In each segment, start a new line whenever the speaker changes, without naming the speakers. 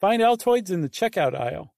Find Altoids in the checkout aisle.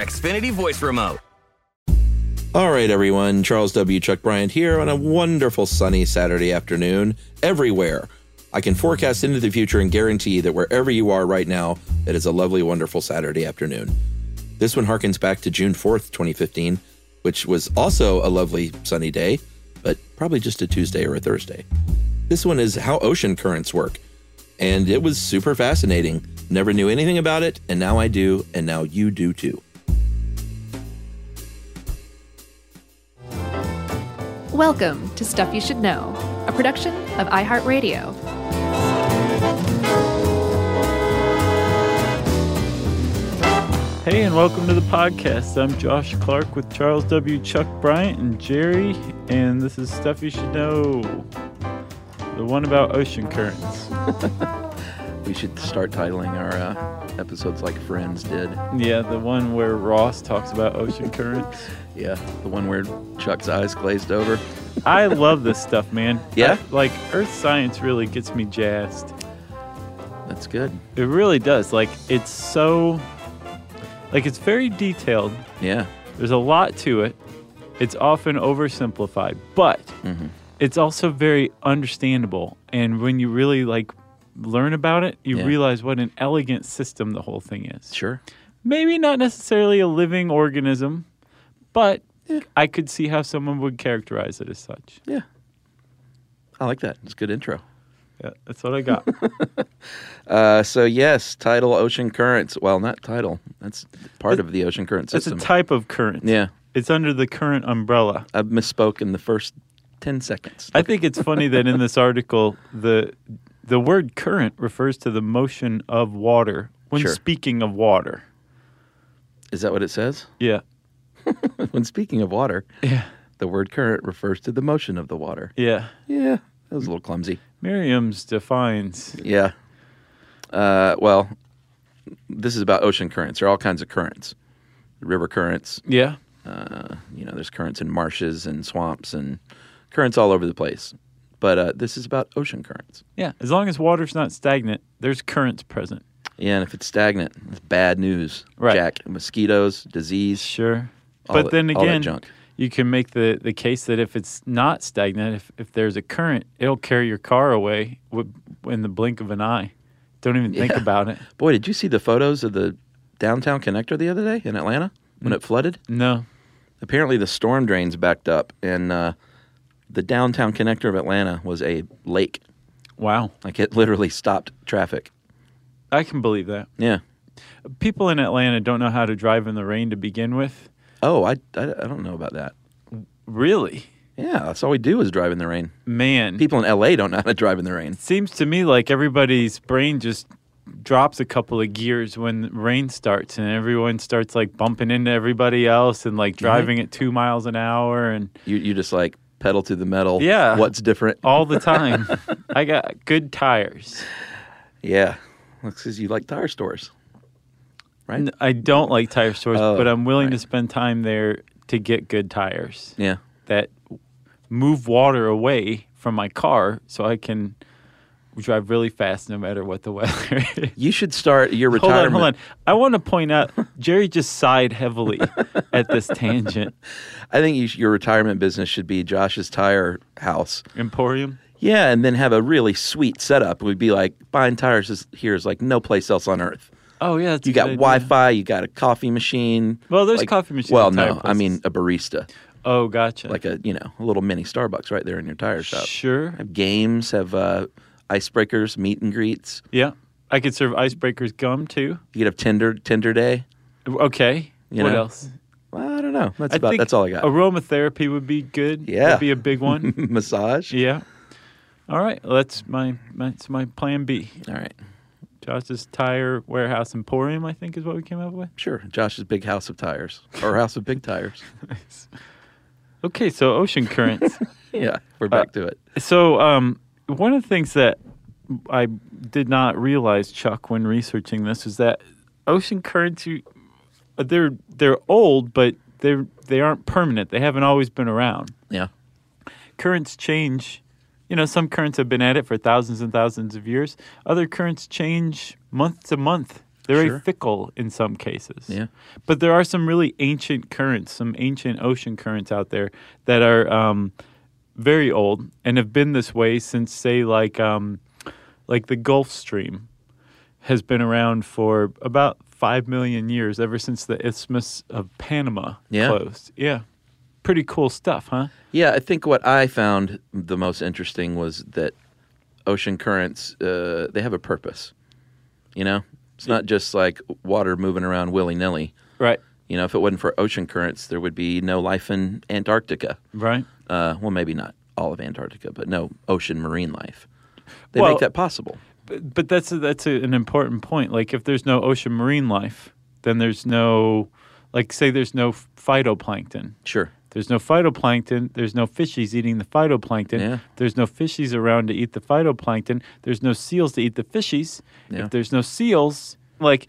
Xfinity voice remote.
All right, everyone. Charles W. Chuck Bryant here on a wonderful sunny Saturday afternoon everywhere. I can forecast into the future and guarantee that wherever you are right now, it is a lovely, wonderful Saturday afternoon. This one harkens back to June 4th, 2015, which was also a lovely sunny day, but probably just a Tuesday or a Thursday. This one is how ocean currents work. And it was super fascinating. Never knew anything about it, and now I do, and now you do too.
Welcome to Stuff You Should Know, a production of iHeartRadio.
Hey, and welcome to the podcast. I'm Josh Clark with Charles W. Chuck Bryant and Jerry, and this is Stuff You Should Know the one about ocean currents.
We should start titling our uh, episodes like Friends did.
Yeah, the one where Ross talks about ocean currents.
Yeah, the one where Chuck's eyes glazed over.
I love this stuff, man.
Yeah?
I- like, earth science really gets me jazzed.
That's good.
It really does. Like, it's so. Like, it's very detailed.
Yeah.
There's a lot to it. It's often oversimplified, but
Mm-hmm.
it's also very understandable. And when you really like learn about it, you
Yeah.
realize what an elegant system the whole thing is.
Sure.
Maybe not necessarily a living organism, but I could see how someone would characterize it as such.
Yeah. I like that. It's a good intro.
Yeah, that's what I got.
Uh, so yes, tidal ocean currents. Well, not tidal. That's part of the ocean current
it's a
system.
type of current.
yeah,
It's under the current umbrella.
I misspoke in the first ten seconds.
I think it's funny that in this article the the word current refers to the motion of water when
Sure.
speaking of water.
Is that what it says?
Yeah.
when speaking of water,
Yeah.
the word current refers to the motion of the water.
Yeah.
Yeah, that was a little clumsy.
Miriam's defines
Yeah. Uh, well, this is about ocean currents. There are all kinds of currents, river currents,
Yeah.
you know, there's currents in marshes and swamps and currents all over the place. But uh, this is about ocean currents.
Yeah. As long as water's not stagnant, there's currents present.
Yeah, and if it's stagnant, it's bad news.
Right.
Jack, mosquitoes, disease.
Sure.
All
but
that-
then
all that
again
junk.
you can make the, the case that if it's not stagnant, if, if there's a current, it'll carry your car away w- in the blink of an eye. Don't even think
Yeah.
about it.
Boy, did you see the photos of the downtown connector the other day in Atlanta when it flooded?
No.
Apparently, the storm drains backed up, and uh, the downtown connector of Atlanta was a lake.
Wow.
Like it literally stopped traffic.
I can believe that.
Yeah.
people in Atlanta don't know how to drive in the rain to begin with.
Oh, I, I, I don't know about that.
Really?
Yeah, that's all we do is drive in the rain.
Man.
People in LA don't know how to drive in the rain.
seems to me like everybody's brain just drops a couple of gears when rain starts and everyone starts like bumping into everybody else and
Mm-hmm.
like driving at 2 miles an hour and
You you just like pedal to the metal.
Yeah.
What's different?
all the time. I got good tires.
Yeah. Because you like tire stores. Right.
N- I don't like tire stores,
Oh,
but I'm willing to
right.
spend time there to get good tires
Yeah.
that move water away from my car so I can drive really fast no matter what the weather is.
You should start your
Hold on,
retirement.
hold on. I want to point out Jerry just sighed heavily at this tangent.
I think you, sh- your retirement business should be Josh's tire house.
Emporium.
Yeah, and then have a really sweet setup. It would be like buying tires is, here is like no place else on earth.
Oh yeah, that's a
You
good
got
idea.
Wi-Fi. You got a coffee machine.
Well, there's coffee machines
Well,
in
no,
tire
I
places.
mean a barista,
Oh, gotcha.
like a you know a little mini Starbucks right there in your tire shop.
sure.
Have games, have uh, icebreakers, meet and greets.
Yeah, I could serve icebreakers gum too.
You could have Tinder Tinder day.
Okay.
You
what
know,
else?
Well, I don't know. That's
I
about
think
that's all I got.
Aromatherapy would be good.
Yeah.
That'd be a big one.
Massage.
yeah. All right. Well, that's my that's my plan B.
All right.
Josh's Tire Warehouse Emporium, I think, is what we came up with.
Sure. Josh's big house of tires or house of big tires.
Okay, so ocean currents.
Yeah, we're back
Uh,
to it.
so um, one of the things that I did not realize, Chuck, when researching this, is that ocean currents you, they're they're old, but they they aren't permanent. They haven't always been around.
Yeah.
currents change. You know, some currents have been at it for thousands and thousands of years. Other currents change month to month. They're very
Sure.
fickle in some cases.
Yeah.
But there are some really ancient currents, some ancient ocean currents out there that are um, very old and have been this way since, say, like um, like the Gulf Stream has been around for about five million years, ever since the Isthmus of Panama
Yeah.
closed. Yeah. Pretty cool stuff, huh?
Yeah, I think what I found the most interesting was that ocean currents uh, they have a purpose. You know, it's not just like water moving around willy nilly.
Right.
You know, if it wasn't for ocean currents, there would be no life in Antarctica.
Right.
Uh, well, maybe not all of Antarctica, but no ocean marine life. They
Well-
make that possible.
But, but that's a, that's a, an important point. Like if there's no ocean marine life, then there's no like say there's no phytoplankton.
Sure.
There's no phytoplankton. There's no fishies eating the phytoplankton.
Yeah.
There's no fishies around to eat the phytoplankton. There's no seals to eat the fishies.
Yeah.
If there's no seals, like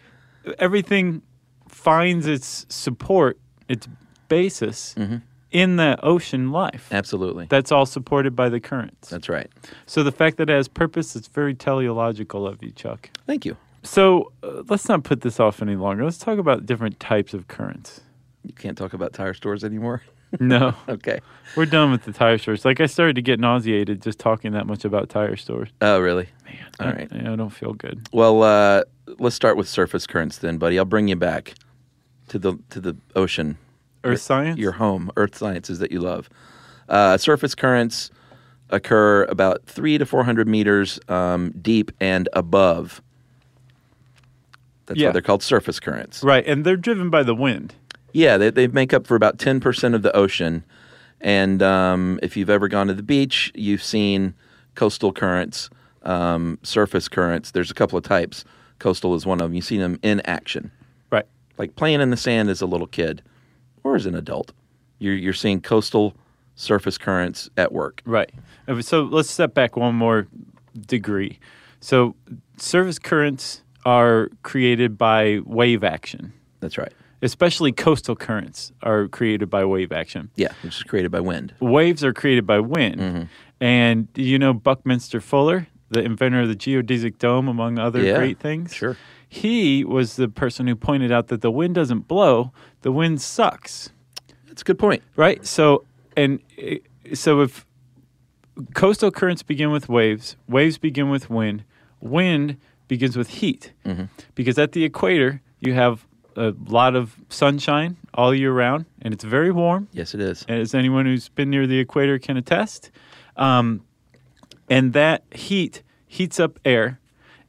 everything finds its support, its basis
Mm-hmm.
in the ocean life.
Absolutely.
That's all supported by the currents.
That's right.
So the fact that it has purpose, it's very teleological of you, Chuck.
Thank you.
So uh, let's not put this off any longer. Let's talk about different types of currents.
You can't talk about tire stores anymore.
No,
okay.
we're done with the tire stores. Like I started to get nauseated just talking that much about tire stores.
Oh, really? All right.
I, I don't feel good.
Well, uh, let's start with surface currents then, buddy. I'll bring you back to the to the ocean,
Earth science.
your home, earth sciences that you love. Uh, surface currents occur about three to four hundred meters um, deep and above. That's
Yeah.
why they're called surface currents.
right, and they're driven by the wind.
Yeah, they, they make up for about 10% of the ocean. And um, if you've ever gone to the beach, you've seen coastal currents, um, surface currents. There's a couple of types. Coastal is one of them. You've seen them in action,
Right.
like playing in the sand as a little kid or as an adult. You're, you're seeing coastal surface currents at work.
Right. Uh, So let's step back one more degree. So surface currents are created by wave action.
That's right.
especially coastal currents are created by wave action.
Yeah, which is created by wind.
Waves are created by wind.
Mm-hmm.
And do you know Buckminster Fuller, the inventor of the geodesic dome, among other
Yeah,
great things?
sure.
He was the person who pointed out that the wind doesn't blow, the wind sucks,
That's a good point.
right? So, and uh, so if coastal currents begin with waves, waves begin with wind, wind begins with heat.
Mm-hmm.
Because at the equator, you have a lot of sunshine all year round, and it's very warm,
Yes, it is.
as anyone who's been near the equator can attest. Um, and that heat heats up air.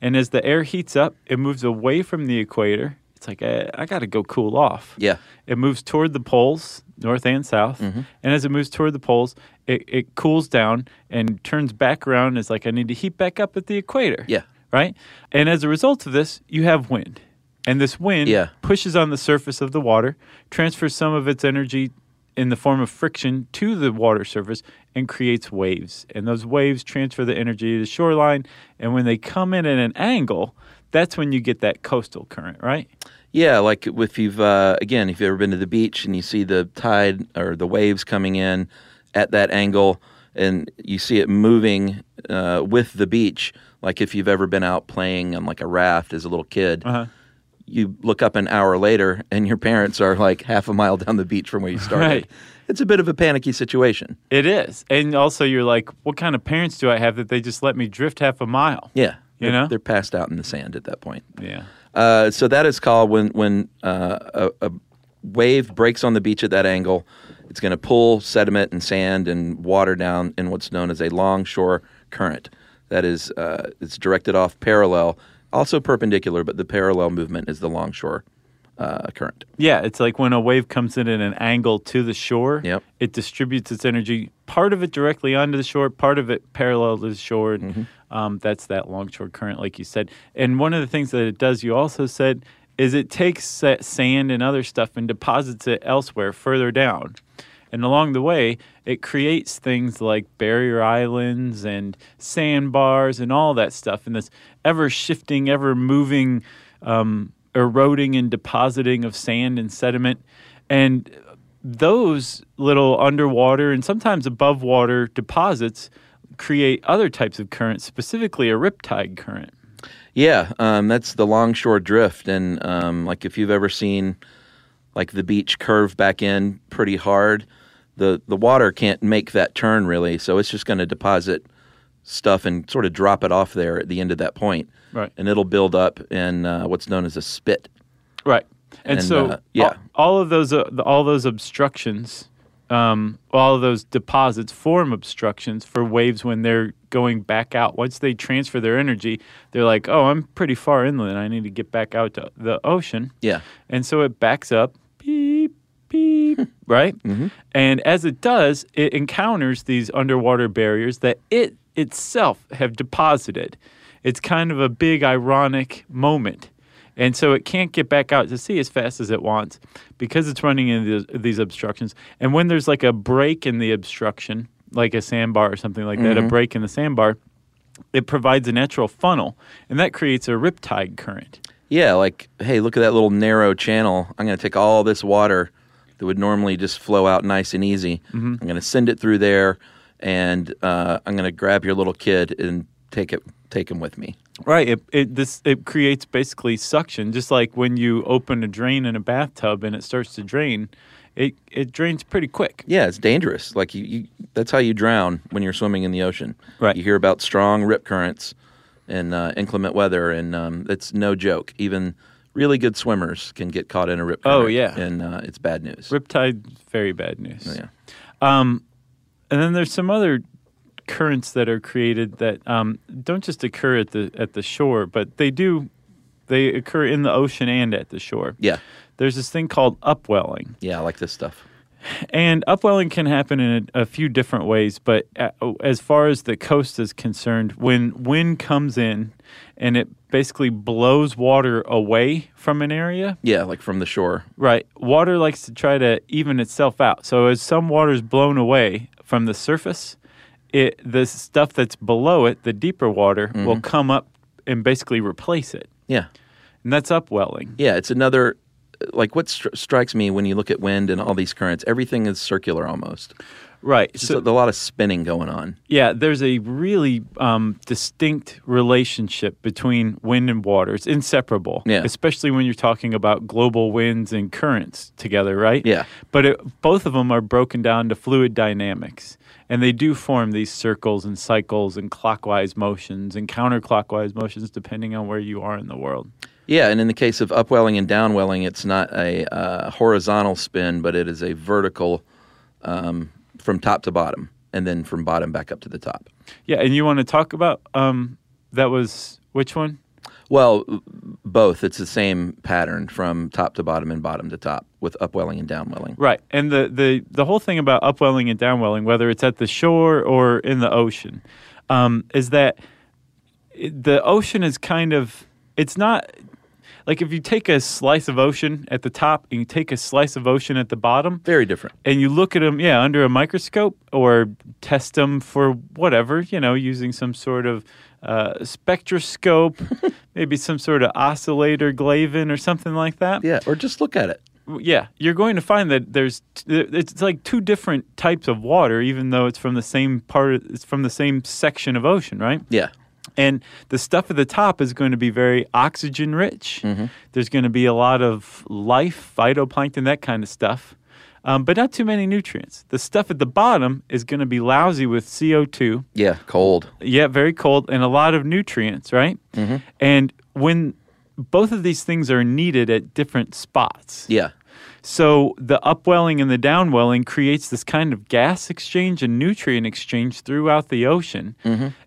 And as the air heats up, it moves away from the equator. It's like, I, I got to go cool off.
Yeah. Mm-hmm.
It moves toward the poles, north and south. And as it moves toward the poles, it, it cools down and turns back around. And it's like, I need to heat back up at the equator.
Yeah.
Right? And as a result of this, you have wind. And this wind
Yeah.
pushes on the surface of the water, transfers some of its energy in the form of friction to the water surface, and creates waves. And those waves transfer the energy to the shoreline. And when they come in at an angle, that's when you get that coastal current, right?
Yeah, like if you've uh, again, if you've ever been to the beach and you see the tide or the waves coming in at that angle, and you see it moving uh, with the beach, like if you've ever been out playing on like a raft as a little kid,
Uh-huh.
you look up an hour later and your parents are like half a mile down the beach from where you started.
Right.
It's a bit of a panicky situation.
It is. And also, you're like, what kind of parents do I have that they just let me drift half a mile?
Yeah,
You
They're-
know?
they're passed out in the sand at that point.
Yeah.
Uh, so that is called when when uh, a, a wave breaks on the beach at that angle. It's going to pull sediment and sand and water down in what's known as a longshore current. That is, uh, it's directed off parallel, also perpendicular, but the parallel movement is the longshore uh, current.
Yeah, it's like when a wave comes in at an angle to the shore,
Yep.
it distributes its energy, part of it directly onto the shore, part of it parallel to the shore. And, um, that's that longshore current, like you said. And one of the things that it does, you also said, is it takes that sand and other stuff and deposits it elsewhere further down. And along the way, it creates things like barrier islands and sandbars and all that stuff, and this ever shifting, ever moving um, eroding and depositing of sand and sediment. And those little underwater and sometimes above water deposits create other types of currents, specifically a riptide current.
Yeah, um, that's the longshore drift, and um, like if you've ever seen like the beach curve back in pretty hard, the the water can't make that turn really, so it's just going to deposit stuff and sort of drop it off there at the end of that point,
Right.
And it'll build up in uh, what's known as a spit.
Right. And,
And,
so,
uh, yeah.
all, all of those, uh, all those obstructions, um, all of those deposits form obstructions for waves when they're going back out. Once they transfer their energy, they're like, "Oh, I'm pretty far inland. I need to get back out to the ocean."
Yeah,
And so it backs up, beep, beep, right? And as it does, it encounters these underwater barriers that it itself have deposited. It's kind of a big ironic moment. And so it can't get back out to sea as fast as it wants because it's running into these- these obstructions. And when there's like a break in the obstruction, like a sandbar or something like that, a break in the sandbar, it provides a natural funnel and that creates a riptide current.
yeah. Like, hey, look at that little narrow channel. I'm going to take all this water that would normally just flow out nice and easy.
Mm-hmm.
I'm going to send it through there, and uh, I'm going to grab your little kid and take it, take him with me.
Right. It, it this it creates basically suction, just like when you open a drain in a bathtub and it starts to drain, it it drains pretty quick.
Yeah, it's dangerous. Like you, you that's how you drown when you're swimming in the ocean.
Right.
You hear about strong rip currents and uh, inclement weather, and um, it's no joke. Even really good swimmers can get caught in a rip.
Oh,
current,
yeah.
and uh, it's bad news.
Riptide, very bad news.
Oh,
Um,
Yeah.
And then there's some other currents that are created that um, don't just occur at the at the shore, but they do they occur in the ocean and at the shore.
Yeah,
There's this thing called upwelling.
yeah, I like this stuff.
And upwelling can happen in a, a few different ways, but a- as far as the coast is concerned, when wind comes in and it basically blows water away from an area,
Yeah, like from the shore.
right, water likes to try to even itself out. So as some water is blown away from the surface, it the stuff that's below it, the deeper water,
Mm-hmm.
will come up and basically replace it.
Yeah,
And that's upwelling.
yeah, it's another. Like what stri- strikes me when you look at wind and all these currents, everything is circular almost.
Right.
Just a, a lot of spinning going on.
Yeah, there's a really um, distinct relationship between wind and water. It's inseparable,
Yeah.
especially when you're talking about global winds and currents together, right?
Yeah.
But it, both of them are broken down to fluid dynamics, and they do form these circles and cycles and clockwise motions and counterclockwise motions, depending on where you are in the world.
Yeah, and in the case of upwelling and downwelling, it's not a uh, horizontal spin, but it is a vertical um, from top to bottom, and then from bottom back up to the top.
Yeah, and you want to talk about um, that was which one?
Well, both. It's the same pattern from top to bottom and bottom to top with upwelling and downwelling.
Right. And the, the, the whole thing about upwelling and downwelling, whether it's at the shore or in the ocean, um, is that it- the ocean is kind of, it's not like if you take a slice of ocean at the top and you take a slice of ocean at the bottom,
Very different.
and you look at them, yeah, under a microscope or test them for whatever, you know, using some sort of uh, spectroscope, maybe some sort of oscillator glavin or something like that
Yeah, or just look at it.
yeah, you're going to find that there's t- it's like two different types of water, even though it's from the same part, it's from the same section of ocean, right?
Yeah,
And the stuff at the top is going to be very oxygen rich. There's going to be a lot of life, phytoplankton, that kind of stuff, um, but not too many nutrients. The stuff at the bottom is going to be lousy with CO2
yeah, cold.
yeah, very cold and a lot of nutrients, right? And when
both of these things are needed at different spots.
Yeah.
So the upwelling and the downwelling creates this kind of gas exchange and nutrient exchange throughout the ocean.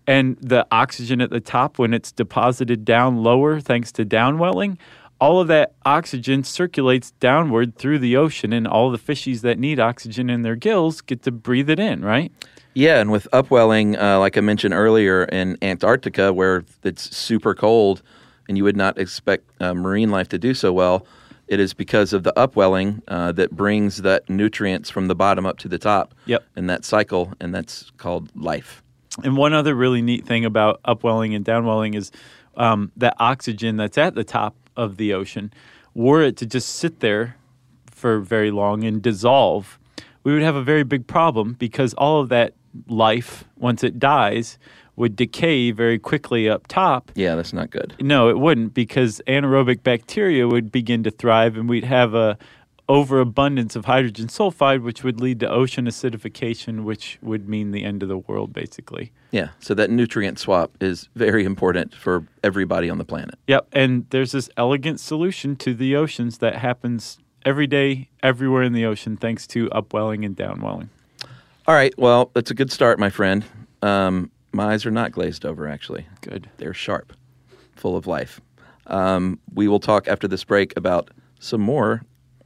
And the oxygen at the top, when it's deposited down lower thanks to downwelling, all of that oxygen circulates downward through the ocean, and all the fishies that need oxygen in their gills get to breathe it in, right?
Yeah, and with upwelling, uh, like I mentioned earlier, in Antarctica, where it's super cold and you would not expect uh, marine life to do so well, it is because of the upwelling uh, that brings that nutrients from the bottom up to the top
Yep.
in that cycle, and that's called life.
And one other really neat thing about upwelling and downwelling is um, that oxygen that's at the top of the ocean, were it to just sit there for very long and dissolve, we would have a very big problem because all of that life, once it dies, would decay very quickly up top.
Yeah, that's not good.
No, it wouldn't because anaerobic bacteria would begin to thrive and we'd have a overabundance of hydrogen sulfide which would lead to ocean acidification which would mean the end of the world basically.
Yeah, so that nutrient swap is very important for everybody on the planet.
Yep, and there's this elegant solution to the oceans that happens every day, everywhere in the ocean, thanks to upwelling and downwelling.
All right, well, that's a good start, my friend. Um, my eyes are not glazed over, actually.
Good.
They're sharp, full of life. Um, we will talk after this break about some more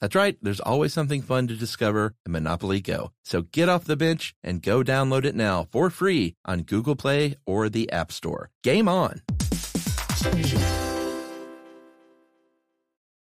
That's right, there's always something fun to discover in Monopoly Go. So get off the bench and go download it now for free on Google Play or the App Store. Game on.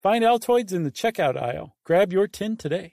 Find Altoids in the checkout aisle. Grab your tin today.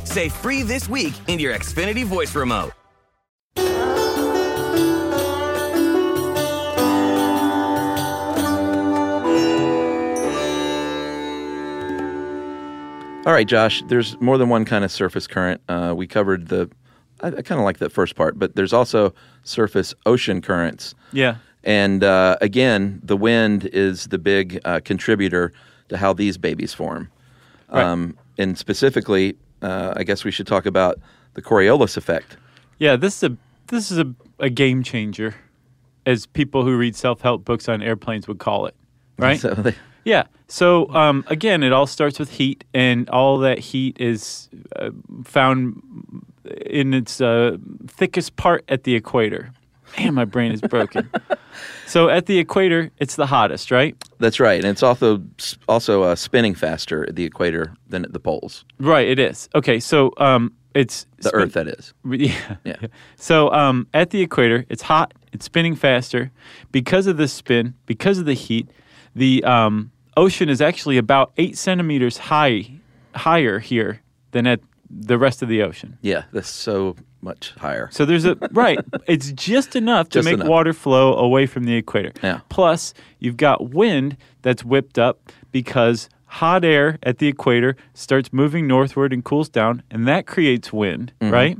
Say free this week in your Xfinity voice remote.
All right, Josh, there's more than one kind of surface current. Uh, we covered the, I, I kind of like that first part, but there's also surface ocean currents.
Yeah.
And uh, again, the wind is the big uh, contributor to how these babies form.
Right.
Um, and specifically, uh, I guess we should talk about the Coriolis effect.
Yeah, this is a this is a, a game changer, as people who read self help books on airplanes would call it. Right?
So they,
Yeah. So um, again, it all starts with heat, and all that heat is uh, found in its uh, thickest part at the equator. Man, my brain is broken. so at the equator, it's the hottest, right?
that's right. And it's also also uh, spinning faster at the equator than at the poles,
Right, it is. Okay, so um, it's
the
spin-
Earth, that is.
Yeah.
Yeah.
So um, at the equator, it's hot, it's spinning faster. Because of this spin, because of the heat, the um, ocean is actually about eight centimeters high, higher here than at the rest of the ocean.
Yeah, that's so much higher.
So there's a right. It's just enough to
Just
make
enough.
water flow away from the equator.
Yeah.
Plus, you've got wind that's whipped up because hot air at the equator starts moving northward and cools down, and that creates wind,
Mm-hmm.
right?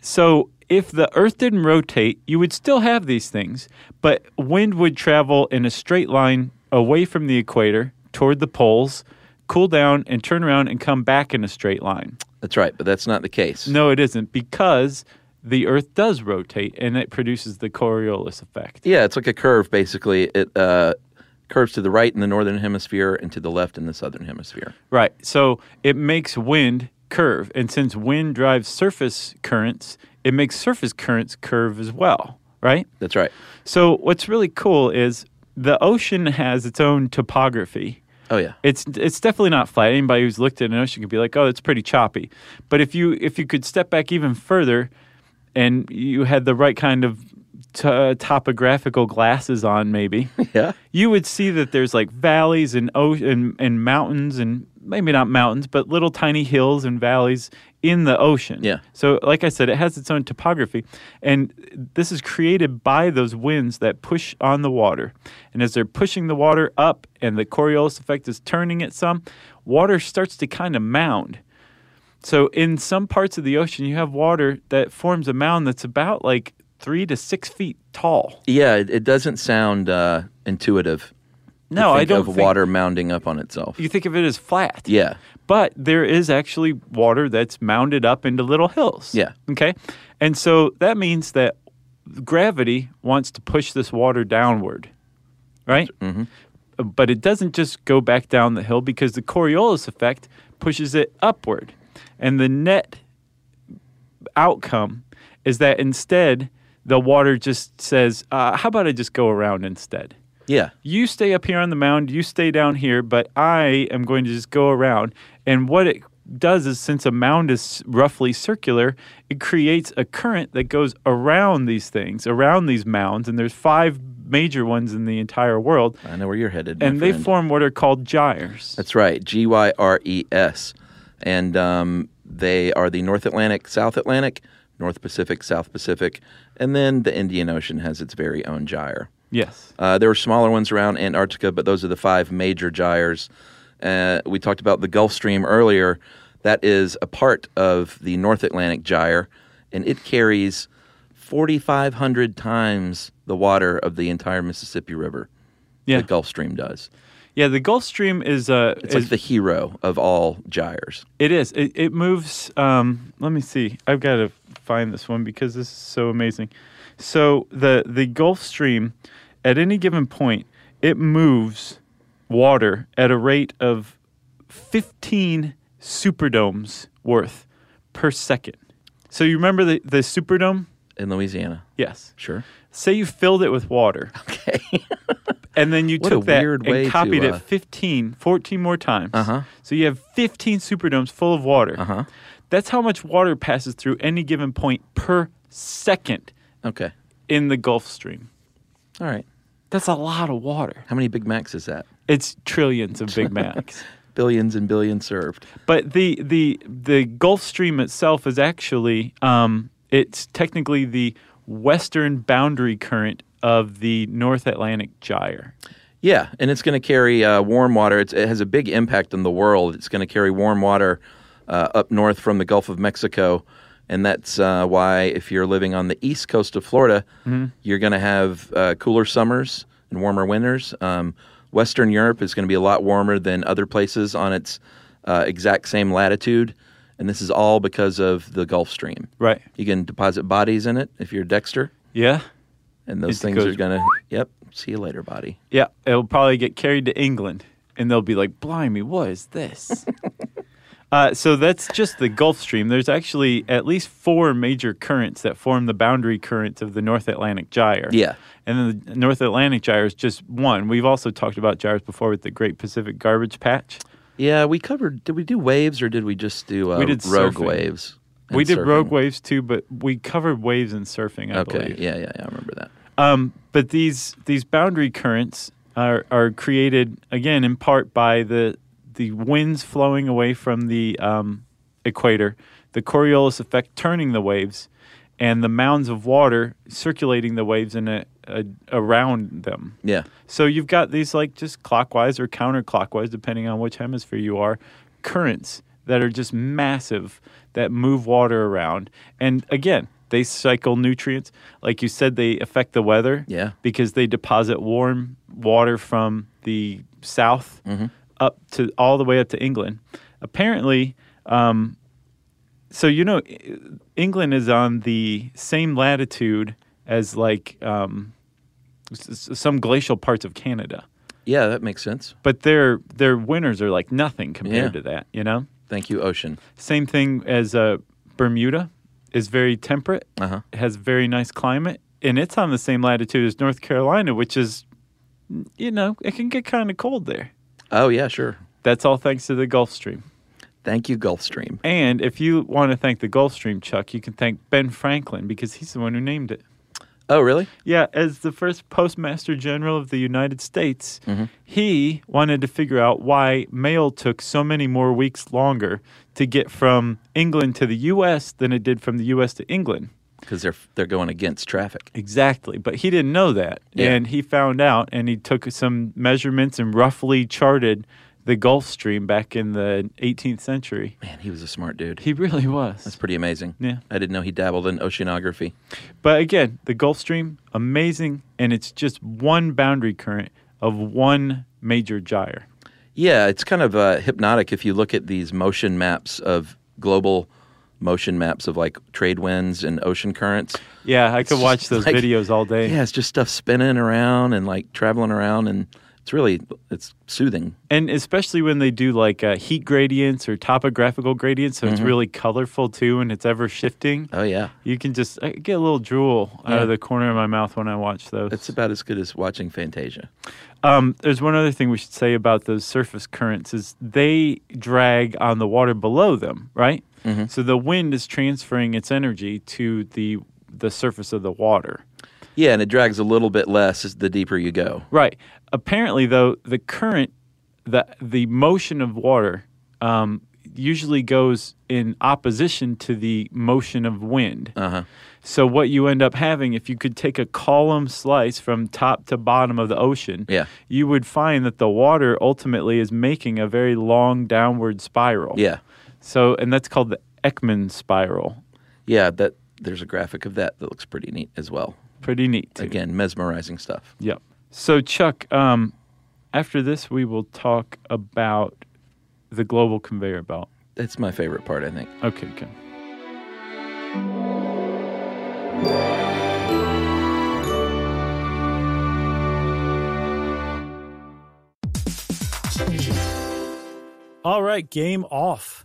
So if the Earth didn't rotate, you would still have these things, but wind would travel in a straight line away from the equator toward the poles, cool down, and turn around and come back in a straight line.
That's right, but that's not the case.
No, it isn't because the Earth does rotate and it produces the Coriolis effect.
Yeah, it's like a curve basically. It uh, curves to the right in the northern hemisphere and to the left in the southern hemisphere.
Right. So it makes wind curve. And since wind drives surface currents, it makes surface currents curve as well. Right.
That's right.
So what's really cool is the ocean has its own topography.
Oh yeah.
It's it's definitely not flat. Anybody who's looked at an ocean could be like, "Oh, it's pretty choppy." But if you if you could step back even further, and you had the right kind of t- topographical glasses on, maybe
Yeah.
you would see that there's like valleys and o- and, and mountains and maybe not mountains, but little tiny hills and valleys in the ocean.
Yeah.
So, like I said, it has its own topography, and this is created by those winds that push on the water. And as they're pushing the water up, and the Coriolis effect is turning it some, water starts to kind of mound. So, in some parts of the ocean, you have water that forms a mound that's about like three to six feet tall.
Yeah. It, it doesn't sound uh, intuitive. to
No, I
think
don't
of
think-
water mounding up on itself.
You think of it as flat.
Yeah.
But there is actually water that's mounded up into little hills.
Yeah.
Okay. And so that means that gravity wants to push this water downward, right? Mm-hmm. But it doesn't just go back down the hill because the Coriolis effect pushes it upward. And the net outcome is that instead, the water just says, uh, how about I just go around instead?
Yeah.
you stay up here on the mound, you stay down here, but I am going to just go around. And what it does is, since a mound is roughly circular, it creates a current that goes around these things, around these mounds. And there's five major ones in the entire world.
I know where you're headed. my
And they
friend.
form what are called gyres.
That's right. G Y R E S. And um, they are the North Atlantic, South Atlantic, North Pacific, South Pacific, and then the Indian Ocean has its very own gyre.
Yes.
Uh, there were smaller ones around Antarctica, but those are the five major gyres. Uh, we talked about the Gulf Stream earlier. That is a part of the North Atlantic gyre, and it carries 4,500 times the water of the entire Mississippi River.
Yeah.
The Gulf Stream does.
Yeah. The Gulf Stream is uh,
It's
is-
like the hero of all gyres.
It is. It, it moves. Um, let me see. I've got to find this one because this is so amazing. So the the Gulf Stream, at any given point, it moves water at a rate of fifteen superdomes worth per second. So you remember the the superdome?
in Louisiana.
Yes.
Sure.
Say you filled it with water. Okay. and then you
What
took
a
that
weird way
and
to,
copied
uh,
it 15, 14 more times. Uh-huh. So you have 15 superdomes full of water. Uh-huh. That's how much water passes through any given point per second
Okay.
in the Gulf Stream.
All right.
That's a lot of water.
How many Big Macs is that?
It's trillions of Big Macs.
Billions and billions served.
But the the the Gulf Stream itself is actually um, it's technically the western boundary current of the North Atlantic gyre.
Yeah, and it's going to carry uh, warm water. It's, it has a big impact on the world. It's going to carry warm water uh, up north from the Gulf of Mexico, and that's uh, why if you're living on the east coast of Florida,
Mm-hmm.
you're going to have uh, cooler summers and warmer winters. Um, Western Europe is going to be a lot warmer than other places on its uh, exact same latitude, and this is all because of the Gulf Stream.
Right.
You can deposit bodies in it if you're Dexter,
Yeah.
and those
It
things
goes-
are gonna. Yep. See you later, body.
Yeah, it'll probably get carried to England, and they'll be like, "Blimey, what is this?" uh, so that's just the Gulf Stream. There's actually at least four major currents that form the boundary currents of the North Atlantic Gyre.
Yeah.
and then the North Atlantic Gyre is just one. We've also talked about gyres before with the Great Pacific Garbage Patch.
Yeah, we covered. Did we do waves or did we just do? Uh,
We did
rogue
surfing.
waves. and
we did
surfing?
rogue waves too, but we covered waves and surfing. I
Okay.
believe.
Yeah, yeah, yeah. I remember that.
Um, but these these boundary currents are are created again in part by the the winds flowing away from the um, equator, the Coriolis effect turning the waves, and the mounds of water circulating the waves in a, a, around them.
Yeah.
So you've got these like just clockwise or counterclockwise, depending on which hemisphere you are, currents that are just massive that move water around. And again, they cycle nutrients. Like you said, they affect the weather.
Yeah.
Because they deposit warm water from the south
Mm-hmm.
up to all the way up to England. Apparently, um, so you know E- england is on the same latitude as like um, s- s- some glacial parts of canada
Yeah, that makes sense.
but their their winters are like nothing compared
Yeah.
to that you know
Thank you, ocean.
same thing as uh, bermuda is very temperate
Uh-huh.
It has very nice climate and it's on the same latitude as north carolina which is you know it can get kind of cold there
Oh yeah, sure.
that's all thanks to the gulf stream
Thank you, Gulfstream.
and if you want to thank the gulf stream chuck you can thank ben franklin because he's the one who named it
Oh really?
Yeah, as the first postmaster general of the United States, he wanted to figure out why mail took so many more weeks longer to get from England to the US than it did from the US to England.
Because they're they're going against traffic.
Exactly, but he didn't know that.
Yeah.
And he found out and he took some measurements and roughly charted the Gulf Stream back in the 18th century.
Man, he was a smart dude.
He really was.
That's pretty amazing.
Yeah.
I didn't know he dabbled in oceanography.
But again, the Gulf Stream, amazing, and it's just one boundary current of one major gyre.
Yeah, it's kind of uh, hypnotic if you look at these motion maps of global motion maps of like trade winds and ocean currents.
Yeah, I could watch those
like-
videos all day.
Yeah, it's just stuff spinning around and like traveling around, and it's really it's soothing.
And especially when they do like uh, heat gradients or topographical gradients, so it's really colorful too and it's ever shifting.
Mm-hmm. Oh yeah,
You can just I get a little drool out
Yeah.
of the corner of my mouth when I watch those.
it's about as good as watching Fantasia.
Um, there's one other thing we should say about those surface currents is they drag on the water below them, right?
Mm-hmm.
So the wind is transferring its energy to the the surface of the water.
Yeah, and it drags a little bit less as the deeper you go.
Right. Apparently, though, the current, the the motion of water, um, usually goes in opposition to the motion of wind.
Uh-huh.
So what you end up having, if you could take a column slice from top to bottom of the ocean,
Yeah.
you would find that the water ultimately is making a very long downward spiral.
Yeah,
So, and that's called the Ekman spiral.
yeah. That there's a graphic of that that looks pretty neat as well.
Pretty neat. Too.
Again, mesmerizing stuff.
Yep. So, Chuck, um, after this, we will talk about the global conveyor belt.
That's my favorite part. I think.
Okay, good.
All right, game off.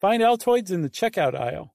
Find Altoids in the checkout aisle.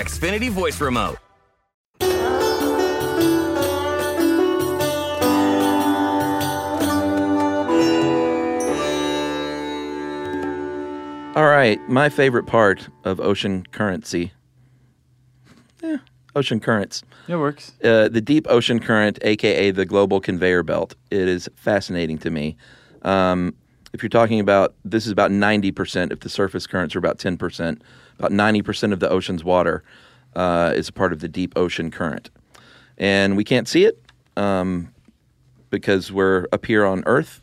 Xfinity voice remote.
All right, my favorite part of ocean currency. Eh, ocean currents.
It works.
Uh, the deep ocean current, aka the global conveyor belt. It is fascinating to me. Um, if you're talking about this is about 90%, if the surface currents are about 10%, about 90% of the ocean's water uh, is a part of the deep ocean current. And we can't see it um, because we're up here on Earth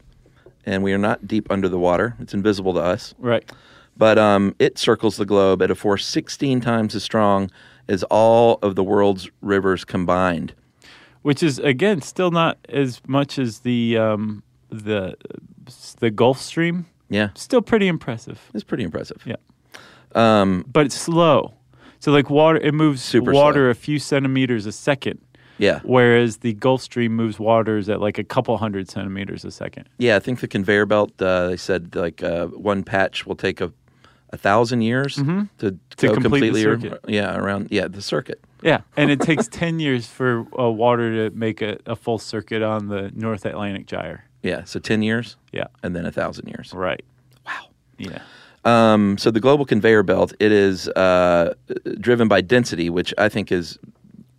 and we are not deep under the water. It's invisible to us
Right.
but um, it circles the globe at a force 16 times as strong as all of the world's rivers combined.
Which is again still not as much as the um, the the Gulf Stream.
Yeah,
Still pretty impressive.
it's pretty impressive.
Yeah. But it's slow. So like water it moves
Super
water
slow.
a few centimeters a second.
Yeah,
Whereas the Gulf Stream moves waters at like a couple hundred centimeters a second.
yeah. I think the conveyor belt. Uh, they said like uh, one patch will take a, a thousand years to,
Mm-hmm. To
go
complete the
completely. ar-
circuit.
yeah, around yeah the circuit.
Yeah, and it takes 10 years for uh, water to make a, a full circuit on the North Atlantic Gyre.
Yeah, so ten years
Yeah,
and then a thousand years.
right. Wow. Yeah.
Um, so the global conveyor belt it is uh, driven by density, which I think is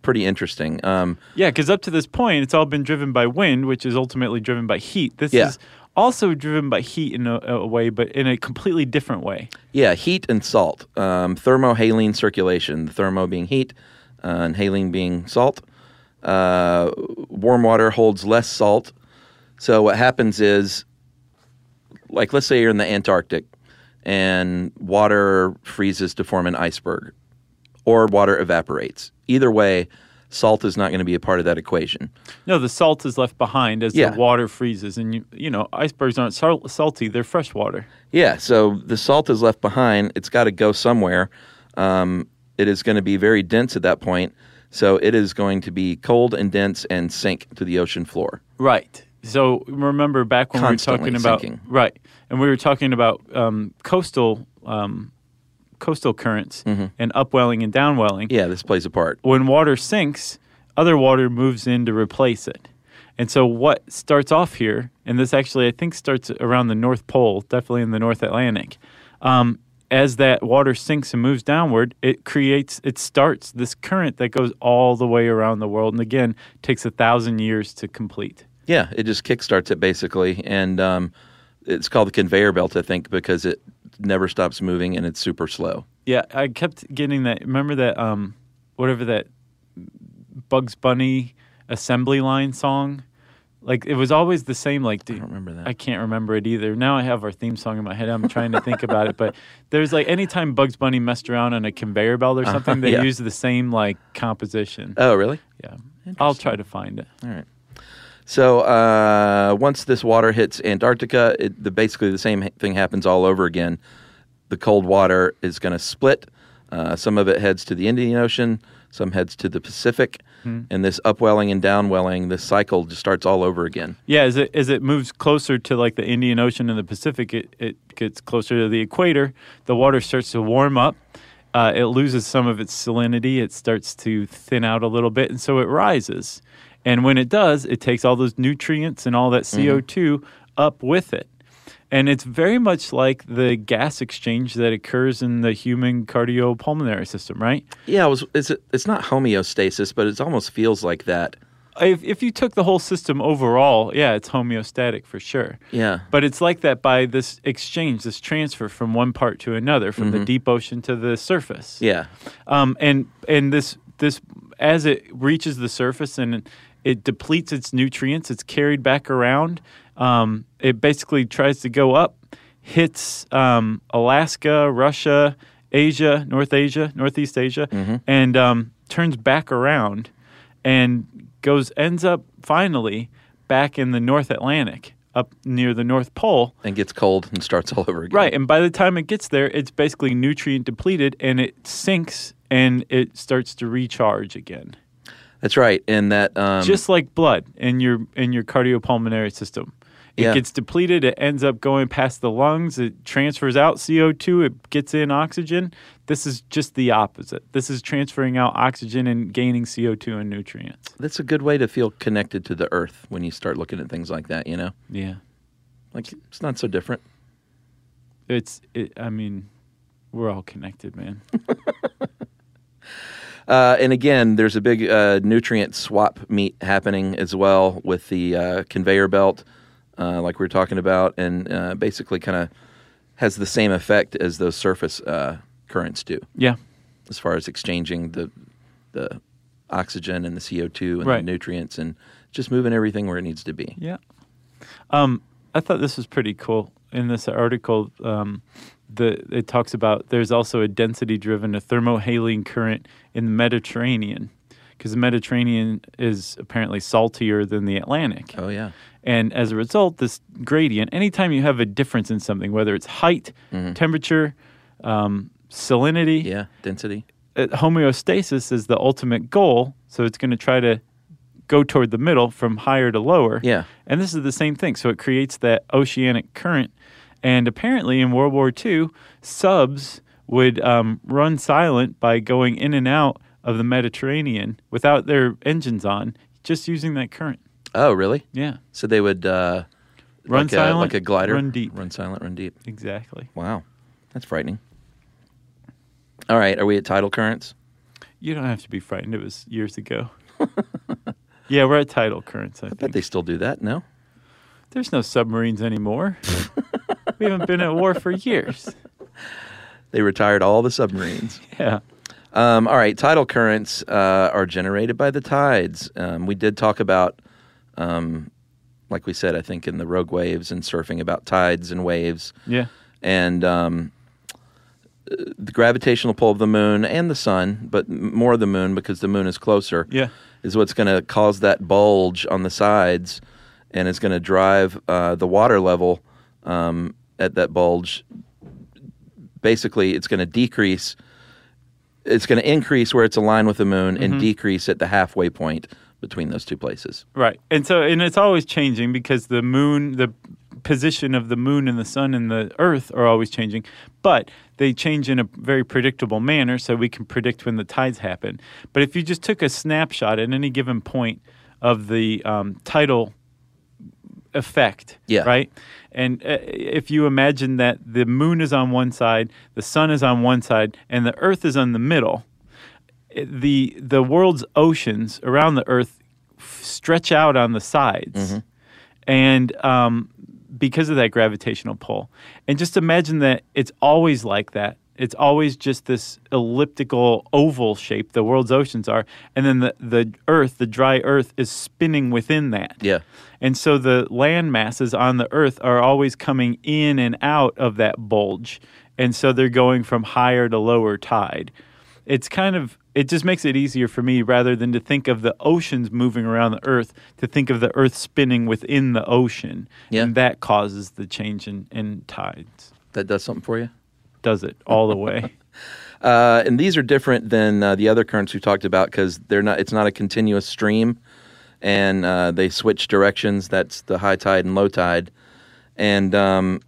pretty interesting. Um,
Yeah, because up to this point, it's all been driven by wind, which is ultimately driven by heat. This
Yeah.
is also driven by heat in a, a way, but in a completely different way.
Yeah, heat and salt. Um, thermohaline circulation. The thermo being heat, uh, and haline being salt. Uh, warm water holds less salt. So what happens is, like, let's say you're in the Antarctic, and water freezes to form an iceberg, or water evaporates. Either way, salt is not going to be a part of that equation.
No, the salt is left behind as
Yeah.
the water freezes. And, you, you know, icebergs aren't sal- salty, they're freshwater.
Yeah, so the salt is left behind. It's got to go somewhere. Um, it is going to be very dense at that point. So it is going to be cold and dense and sink to the ocean floor.
Right. So remember back when
Constantly
we were talking
sinking.
about right, and we were talking about um, coastal um, coastal currents and upwelling and downwelling.
Mm-hmm. Yeah, this plays a part.
When water sinks, other water moves in to replace it. And so what starts off here, and this actually I think starts around the North Pole, definitely in the North Atlantic. Um, as that water sinks and moves downward, it creates, it starts this current that goes all the way around the world, and again takes a thousand years to complete.
Yeah, it just kickstarts it basically. And um, it's called the conveyor belt, I think, because it never stops moving and it's super slow.
Yeah, I kept getting that. Remember that, um, whatever that Bugs Bunny assembly line song? Like it was always the same. Like, dude, I don't
remember that.
I can't remember it either. Now I have our theme song in my head. I'm trying to think about it, but there's like anytime Bugs Bunny messed around on a conveyor belt or something, they
Uh-huh, yeah.
used the same like composition.
Oh, really?
yeah, I'll try to find it.
So uh, once this water hits Antarctica, it, the, basically the same ha- thing happens all over again. The cold water is going to split. Uh, some of it heads to the Indian Ocean, some heads to the Pacific, and this upwelling and downwelling, this cycle just starts all over again.
Yeah, as it as it moves closer to like the Indian Ocean and the Pacific, it, it gets closer to the equator. The water starts to warm up. Uh, it loses some of its salinity. It starts to thin out a little bit, and so it rises. And when it does, it takes all those nutrients and all that CO 2 up with it. And it's very much like the gas exchange that occurs in the human cardiopulmonary system, right?
Yeah, it was, it's it's not homeostasis, but it almost feels like that.
if if you took the whole system overall, yeah, it's homeostatic for sure.
Yeah.
But it's like that by this exchange, this transfer from one part to another, from the deep ocean to the surface.
Yeah,
Um and and this this as it reaches the surface and it depletes its nutrients, it's carried back around. Um, it basically tries to go up, hits um, Alaska, Russia, Asia, North Asia, Northeast Asia, and um, turns back around and goes ends up finally back in the North Atlantic, up near the North Pole.
and gets cold and starts all over again.
Right, and by the time it gets there, it's basically nutrient depleted and it sinks and it starts to recharge again,
That's right. And that um,
just like blood in your in your cardiopulmonary system. It
Yeah.
gets depleted. It ends up going past the lungs. It transfers out CO2. It gets in oxygen. This is just the opposite. This is transferring out oxygen and gaining CO2 and nutrients.
that's a good way to feel connected to the earth when you start looking at things like that. You know,
Yeah.
like it's not so different.
It's, it, I mean, we're all connected, man.
Uh, and again, there's a big uh, nutrient swap meet happening as well with the uh, conveyor belt, uh, like we were talking about, and uh, basically kind of has the same effect as those surface uh, currents do,
yeah.
as far as exchanging the the oxygen and the CO2 and
Right.
the nutrients and just moving everything where it needs to be.
Yeah. Um, I thought this was pretty cool. In this article, um, the, it talks about there's also a density driven, a thermohaline current in the Mediterranean, because the Mediterranean is apparently saltier than the Atlantic.
Oh yeah,
And as a result, this gradient, anytime you have a difference in something, whether it's height, temperature, um, salinity,
Mm-hmm. yeah, density.
uh, homeostasis is the ultimate goal. So it's going to try to go toward the middle from higher to lower.
Yeah.
And this is the same thing. So it creates that oceanic current. And apparently in World War II, subs would um, run silent by going in and out of the Mediterranean without their engines on, just using that current.
Oh really?
Yeah,
So they would uh,
Run
like a,
silent,
like a glider,
run deep.
run silent, run deep.
exactly.
Wow, that's frightening. All right, are we at tidal currents?
You don't have to be frightened. It was years ago. yeah, we're at tidal currents. I,
I
think.
bet they still do that. No,
There's no submarines anymore. we haven't been at war for years.
they retired all the submarines.
Yeah.
um, all right, tidal currents uh, are generated by the tides. Um, we did talk about, um, like we said, I think in the rogue waves and surfing about tides and waves.
Yeah.
and um, the gravitational pull of the moon and the sun, but m- more of the moon because the moon is closer.
Yeah.
is what's going to cause that bulge on the sides, and it's going to drive uh, the water level um, at that bulge. Basically, it's going to decrease. It's going to increase where it's aligned with the moon and decrease at the halfway point between those two places.
Right. And so, and it's always changing because the moon, the position of the moon and the sun and the earth are always changing, but they change in a very predictable manner so we can predict when the tides happen. But if you just took a snapshot at any given point of the um, tidal effect,
Yeah.
right? And uh, if you imagine that the moon is on one side, the sun is on one side, and the earth is on the middle, the the world's oceans around the earth f- stretch out on the sides and um, because of that gravitational pull and just imagine that it's always like that it's always just this elliptical oval shape the world's oceans are and then the, the earth the dry earth is spinning within that
Yeah.
and so the land masses on the earth are always coming in and out of that bulge. And so they're going from higher to lower tide. It's kind of, it just makes it easier for me rather than to think of the oceans moving around the earth, to think of the earth spinning within the ocean.
Yeah.
And that causes the change in, in tides.
That does something for you.
Does it all the way?
Uh, and these are different than uh, the other currents we talked about because they're not. It's not a continuous stream, and uh, they switch directions. That's the high tide and low tide, and um,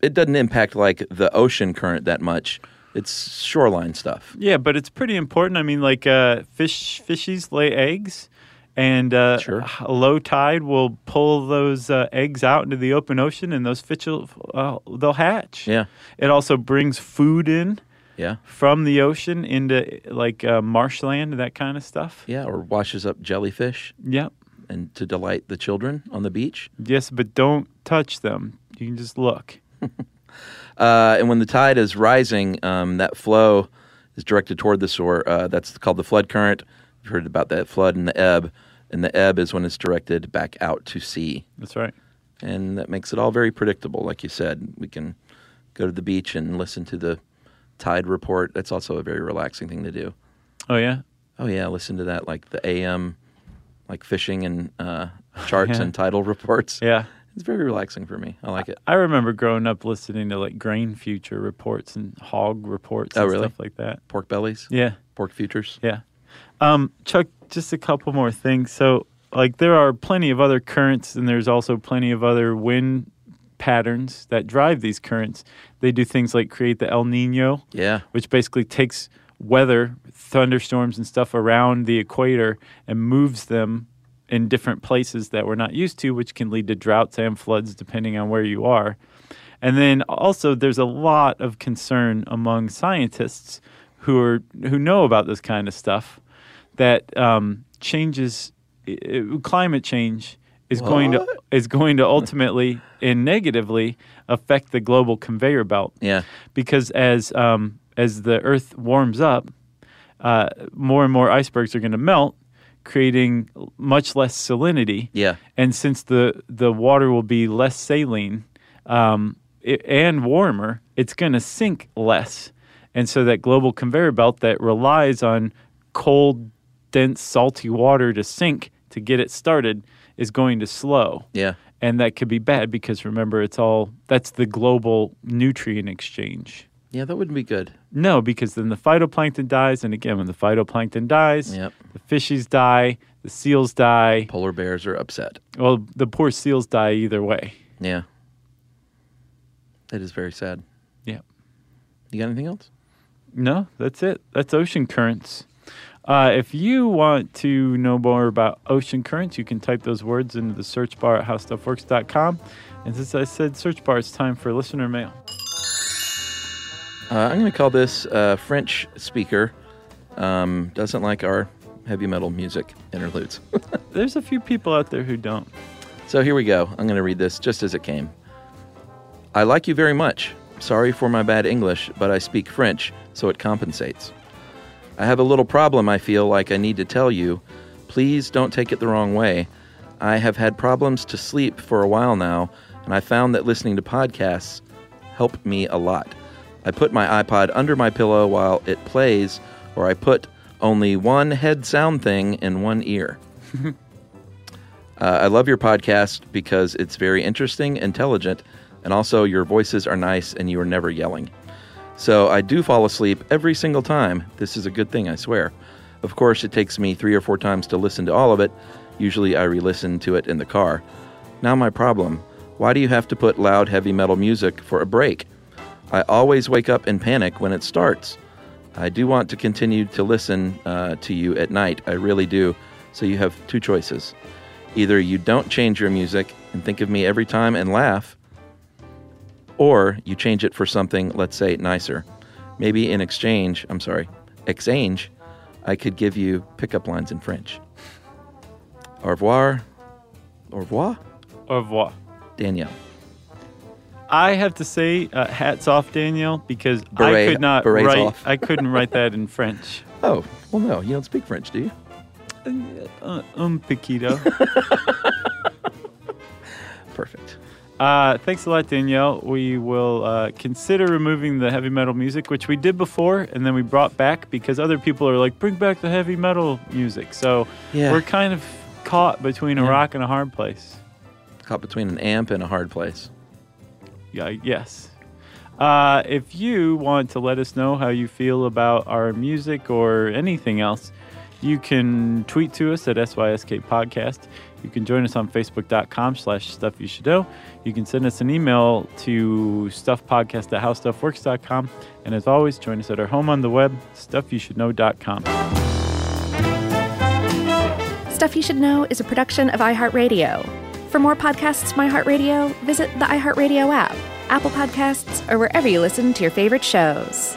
it doesn't impact like the ocean current that much. It's shoreline stuff.
Yeah, but it's pretty important. I mean, like uh, fish, fishies lay eggs, and uh,
Sure.
a low tide will pull those uh, eggs out into the open ocean, and those fish will uh, they'll hatch.
Yeah.
it also brings food in
Yeah,
from the ocean into like uh, marshland, that kind of stuff.
yeah. Or washes up jellyfish
Yep.
and to delight the children on the beach.
Yes, but don't touch them. You can just look.
Uh, and when the tide is rising, um, that flow is directed toward the shore. Uh, that's called the flood current. You've heard about that flood and the ebb. And the ebb is when it's directed back out to sea.
That's right.
And that makes it all very predictable. Like you said, we can go to the beach and listen to the tide report. That's also a very relaxing thing to do.
Oh yeah.
Oh, yeah, listen to that, like the AM, like fishing and uh, charts
Yeah.
and tidal reports.
Yeah.
It's very relaxing for me. I like it.
I remember growing up listening to like grain future reports and hog reports
Oh,
and
really?
stuff like that.
Pork bellies,
Yeah.
pork futures.
Yeah. Um, Chuck, just a couple more things. So, like, there are plenty of other currents, and there's also plenty of other wind patterns that drive these currents. They do things like create the El Nino,
Yeah.
which basically takes weather, thunderstorms, and stuff around the equator and moves them in different places that we're not used to, which can lead to droughts and floods depending on where you are. And then also, there's a lot of concern among scientists who are who know about this kind of stuff that um, changes i- i- climate change is going to is going to ultimately and negatively affect the global conveyor belt
Yeah.
because as um, as the Earth warms up, uh, more and more icebergs are going to melt, creating much less salinity.
Yeah.
And since the the water will be less saline um, i and warmer, it's going to sink less, and so that global conveyor belt that relies on cold, dense, salty water to sink to get it started is going to slow
Yeah.
and that could be bad because remember it's all that's the global nutrient exchange
Yeah, that wouldn't be good.
no because then the phytoplankton dies and again when the phytoplankton dies
Yep.
the fishies die the seals die
Polar bears are upset.
well the poor seals die either way
Yeah. That is very sad.
yeah
You got anything else?
no that's it that's ocean currents uh, if you want to know more about ocean currents you can type those words into the search bar at howstuffworks.com and since i said search bar it's time for listener mail
Uh, I'm going to call this uh, French speaker um, doesn't like our heavy metal music interludes.
there's a few people out there who don't
So here we go. I'm going to read this just as it came. I like you very much. Sorry for my bad English, but I speak French, so it compensates. I have a little problem I feel like I need to tell you. Please don't take it the wrong way. I have had problems to sleep for a while now, and I found that listening to podcasts help me a lot. I put my iPod under my pillow while it plays, or I put only one head sound thing in one ear. Uh, I love your podcast because it's very interesting, intelligent, and also your voices are nice and you are never yelling. So I do fall asleep every single time. This is a good thing, I swear. Of course, it takes me three or four times to listen to all of it. Usually, I re listen to it in the car. Now, my problem why do you have to put loud heavy metal music for a break? I always wake up in panic when it starts. I do want to continue to listen uh, to you at night. I really do. So you have two choices. Either you don't change your music and think of me every time and laugh, or you change it for something, let's say, nicer. Maybe in exchange, I'm sorry, exchange, I could give you pickup lines in French. Au revoir. Au revoir,
au revoir
Danielle.
I have to say, uh, hats off, Danielle, because
Beret-
I could not
berets
write.
off.
I couldn't write that in French.
Oh, well, no, you don't speak French, do you?
Uh, um, Paquito.
Perfect.
Uh, thanks a lot, Danielle. We will uh, consider removing the heavy metal music, which we did before, and then we brought back because other people are like, bring back the heavy metal music. So
Yeah.
we're kind of caught between a rock and a hard place.
Caught between an amp and a hard place.
Yeah, yes. Uh, if you want to let us know how you feel about our music or anything else, you can tweet to us at SYSK Podcast. You can join us on Facebook.com slash Stuff You Should Know. You can send us an email to stuffpodcast at howstuffworks.com. And as always, join us at our home on the web, stuffyoushouldknow.com.
Stuff You Should Know is a production of iHeartRadio. For more podcasts from iHeartRadio, visit the iHeartRadio app, Apple Podcasts, or wherever you listen to your favorite shows.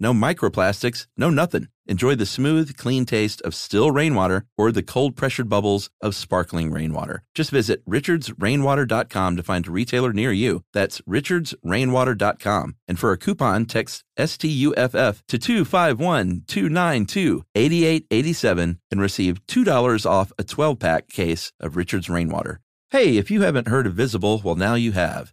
No microplastics, no nothing. Enjoy the smooth, clean taste of still rainwater or the cold pressured bubbles of sparkling rainwater. Just visit richardsrainwater.com to find a retailer near you. That's richardsrainwater.com. And for a coupon, text STUFF to 251292 8887 and receive $2 off a 12 pack case of Richards Rainwater. Hey, if you haven't heard of Visible, well, now you have.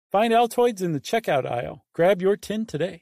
Find Altoids in the checkout aisle. Grab your tin today.